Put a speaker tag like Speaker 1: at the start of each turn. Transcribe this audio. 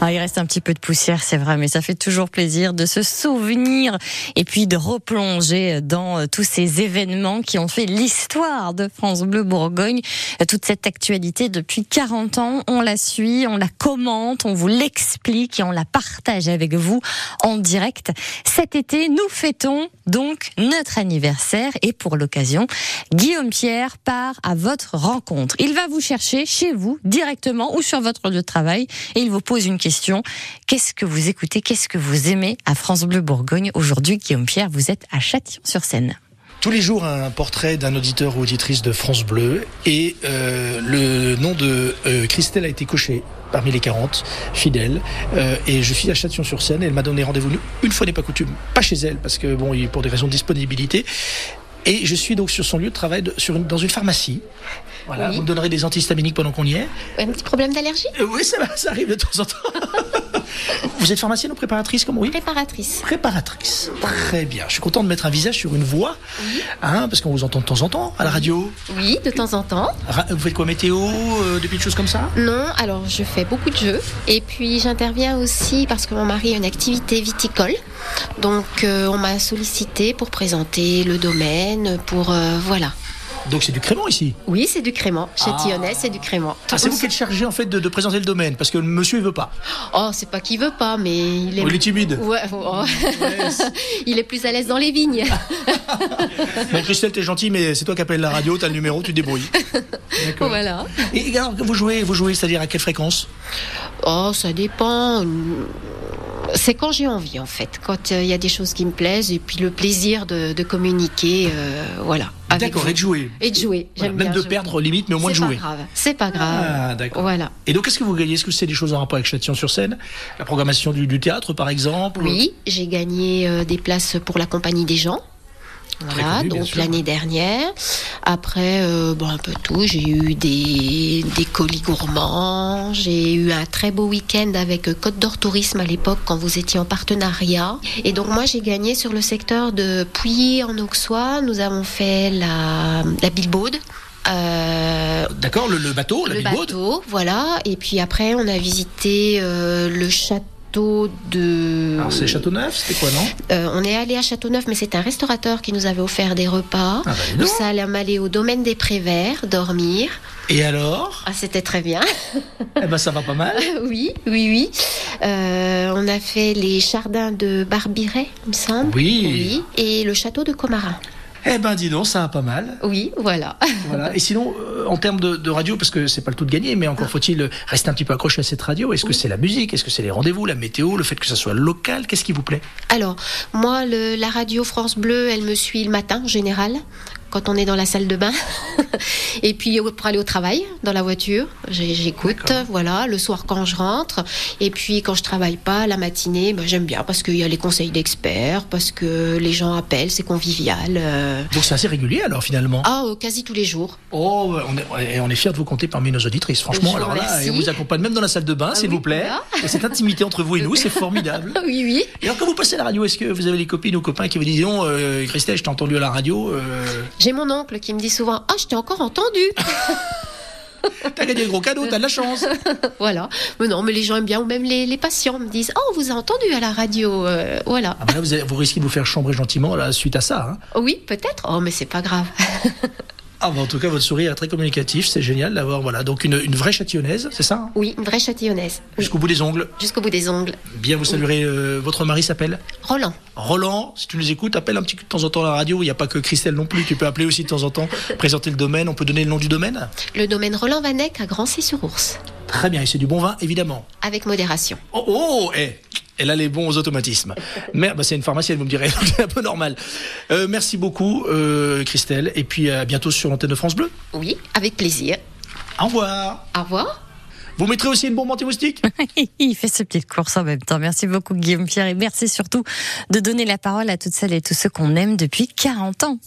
Speaker 1: Ah, il reste un petit peu de poussière, c'est vrai, mais ça fait toujours plaisir de se souvenir et puis de replonger dans euh, tous ces événements qui ont fait l'histoire de France Bleu Bourgogne. Euh, Toute cette actualité depuis 40 ans, on la suit, on la commente, on vous l'explique et on la partage avec vous en direct. Cet été, nous fêtons donc notre anniversaire et pour l'occasion, Guillaume Pierre part à votre rencontre. Il va vous chercher chez vous directement ou sur votre lieu de travail et il vous pose une question. Qu'est-ce que vous écoutez Qu'est-ce que vous aimez à France Bleu Bourgogne Aujourd'hui, Guillaume Pierre, vous êtes à Châtillon-sur-Seine.
Speaker 2: Tous les jours, un portrait d'un auditeur ou auditrice de France Bleu et euh, le nom de euh, Christelle a été coché parmi les 40 fidèles. Euh, et je suis à Châtillon-sur-Seine et elle m'a donné rendez-vous une fois n'est pas coutume, pas chez elle parce que bon, pour des raisons de disponibilité. Et je suis donc sur son lieu de travail, de- sur une- dans une pharmacie. Voilà,
Speaker 3: Oui.
Speaker 2: vous me donnerez des antihistaminiques pendant qu'on y est.
Speaker 3: Un petit problème d'allergie
Speaker 2: Euh, oui, ça, va, ça arrive de temps en temps. vous êtes pharmacienne ou préparatrice comme oui
Speaker 3: Préparatrice.
Speaker 2: Préparatrice. Très bien. Je suis content de mettre un visage sur une voix, hein, parce qu'on vous entend de temps en temps à la radio.
Speaker 3: Oui, de temps en temps.
Speaker 2: Ra- vous faites quoi Météo euh, Des petites choses comme ça
Speaker 3: Non, alors je fais beaucoup de jeux. Et puis j'interviens aussi parce que mon mari a une activité viticole. Donc euh, on m'a sollicité pour présenter le domaine, pour... euh, voilà.
Speaker 2: Donc c'est du crément ici.
Speaker 3: Oui, c'est du crément. Châtillonnais, c'est du crément.
Speaker 2: Ah, c'est vous qui êtes chargé en fait de, de présenter le domaine, parce que le monsieur il veut pas.
Speaker 3: Oh, c'est pas qu'il veut pas, mais il est...
Speaker 2: Il est timide.
Speaker 3: Ouais, oh. il est plus à l'aise dans les vignes.
Speaker 2: Bon, Christelle, t'es gentil, mais c'est toi qui appelles la radio, t'as le numéro, tu te débrouilles. D'accord.
Speaker 3: voilà.
Speaker 2: Et alors, vous jouez, vous jouez, c'est-à-dire à quelle fréquence
Speaker 3: Oh, ça dépend. C'est quand j'ai envie, en fait. Quand euh, il y a des choses qui me plaisent et puis le plaisir de, de communiquer, euh, voilà. avec
Speaker 2: D'accord,
Speaker 3: vous.
Speaker 2: et de jouer.
Speaker 3: Et de jouer.
Speaker 2: Voilà,
Speaker 3: J'aime
Speaker 2: même
Speaker 3: bien
Speaker 2: de
Speaker 3: jouer.
Speaker 2: perdre limite, mais au moins de
Speaker 3: C'est pas
Speaker 2: jouer.
Speaker 3: grave. C'est pas grave.
Speaker 2: Ah, d'accord.
Speaker 3: Voilà.
Speaker 2: Et donc, qu'est-ce que vous gagnez Est-ce que c'est des choses en rapport avec Châtillon-sur-Seine La programmation du, du théâtre, par exemple
Speaker 3: Oui, j'ai gagné euh, des places pour la compagnie des gens. Voilà,
Speaker 2: connu, bien
Speaker 3: donc
Speaker 2: sûr.
Speaker 3: l'année dernière. Après, euh, bon, un peu tout. J'ai eu des, des colis gourmands. J'ai eu un très beau week-end avec euh, Côte d'Or Tourisme à l'époque quand vous étiez en partenariat. Et donc, moi, j'ai gagné sur le secteur de Pouilly en Auxois. Nous avons fait la, la Bilbaude. Euh,
Speaker 2: D'accord, le, le bateau, la
Speaker 3: le
Speaker 2: bigode
Speaker 3: bateau, voilà. Et puis après, on a visité euh, le château de.
Speaker 2: Alors, Ah, c'est Châteauneuf, c'était quoi, non
Speaker 3: Euh, on est allé à Châteauneuf, mais c'est un restaurateur qui nous avait offert des repas.
Speaker 2: Ah, bah, dis
Speaker 3: nous
Speaker 2: donc.
Speaker 3: allons aller au domaine des Préverts, dormir.
Speaker 2: Et alors
Speaker 3: Ah, c'était très bien.
Speaker 2: Eh ben, ça va pas mal.
Speaker 3: oui, oui, oui. Euh, on a fait les jardins de Barbiret, il me semble.
Speaker 2: Oui.
Speaker 3: Oui. Et le château de Comarin.
Speaker 2: Eh ben, dis donc, ça va pas mal.
Speaker 3: Oui, voilà.
Speaker 2: Voilà. Et sinon, euh, en termes de, de radio, parce que c'est pas le tout de gagner, mais encore faut-il euh, rester un petit peu accroché à cette radio. Est-ce que c'est la musique Est-ce que c'est les rendez-vous, la météo, le fait que ça soit local Qu'est-ce qui vous plaît
Speaker 3: Alors, moi, le- la radio France Bleu, elle me suit le matin, en général, quand on est dans la salle de bain. Et puis, au- pour aller au travail, dans la voiture, j'ai- j'écoute, voilà, le soir quand je rentre. Et puis, quand je travaille pas, la matinée, ben, j'aime bien parce qu'il y a les conseils d'experts, parce que les gens appellent, c'est convivial. euh.
Speaker 2: Donc, c'est assez régulier, alors, finalement.
Speaker 3: Ah, euh, quasi tous les jours.
Speaker 2: Oh, on est, et on est fiers de vous compter parmi nos auditrices.
Speaker 3: Je
Speaker 2: Franchement,
Speaker 3: vous
Speaker 2: alors là,
Speaker 3: remercie.
Speaker 2: et on vous accompagne même dans la salle de bain, s'il
Speaker 3: Ah oui,
Speaker 2: vous plaît.
Speaker 3: voilà.
Speaker 2: Et cette intimité entre vous et nous, c'est formidable.
Speaker 3: Ah Oui, oui.
Speaker 2: Et alors, quand vous passez à la radio, est-ce que vous avez des copines ou copains qui vous disent Non, euh, Christelle, je t'ai entendu à la radio, euh,
Speaker 3: J'ai mon oncle qui me dit souvent Ah, je t'ai encore entendu
Speaker 2: t'as gagné le gros cadeau, t'as de la chance.
Speaker 3: Voilà. Mais non, mais les gens aiment bien, ou même les, les patients me disent Oh, on vous a entendu à la radio. euh, voilà.
Speaker 2: Ah ben là, vous, avez- vous risquez de vous faire chambrer gentiment là, suite à ça. hein.
Speaker 3: Oh Oui, peut-être. Oh, mais c'est pas grave.
Speaker 2: Ah ben, en tout cas, votre sourire est très communicatif, c'est génial d'avoir voilà donc une, une vraie châtillonnaise, c'est ça hein
Speaker 3: Oui, une vraie châtillonnaise. Oui,
Speaker 2: Jusqu'au bout des ongles.
Speaker 3: Jusqu'au bout des ongles.
Speaker 2: Bien, vous saluerez. euh, votre mari s'appelle
Speaker 3: Roland.
Speaker 2: Roland. Si tu nous écoutes, appelle un petit coup de temps en temps à la radio. Il n'y a pas que Christelle non plus. Tu peux appeler aussi de temps en temps, présenter le domaine. On peut donner le nom du domaine
Speaker 3: Le domaine Roland Vanec à Grancy-sur-Ours.
Speaker 2: Très bien, et c'est du bon vin, évidemment.
Speaker 3: Avec modération.
Speaker 2: Oh, oh, eh, elle a les bons automatismes. Merde, bah, c'est une pharmacienne, vous me direz, c'est un peu normal. Euh, merci beaucoup, euh, Christelle, et puis à bientôt sur l'antenne de France Bleu.
Speaker 3: Oui, avec plaisir.
Speaker 2: Au revoir.
Speaker 3: Au revoir.
Speaker 2: Vous mettrez aussi une bombe anti-moustique
Speaker 1: Il fait ses petites courses en même temps. Merci beaucoup Guillaume Pierre et merci surtout de donner la parole à toutes celles et tous ceux qu'on aime depuis 40 ans.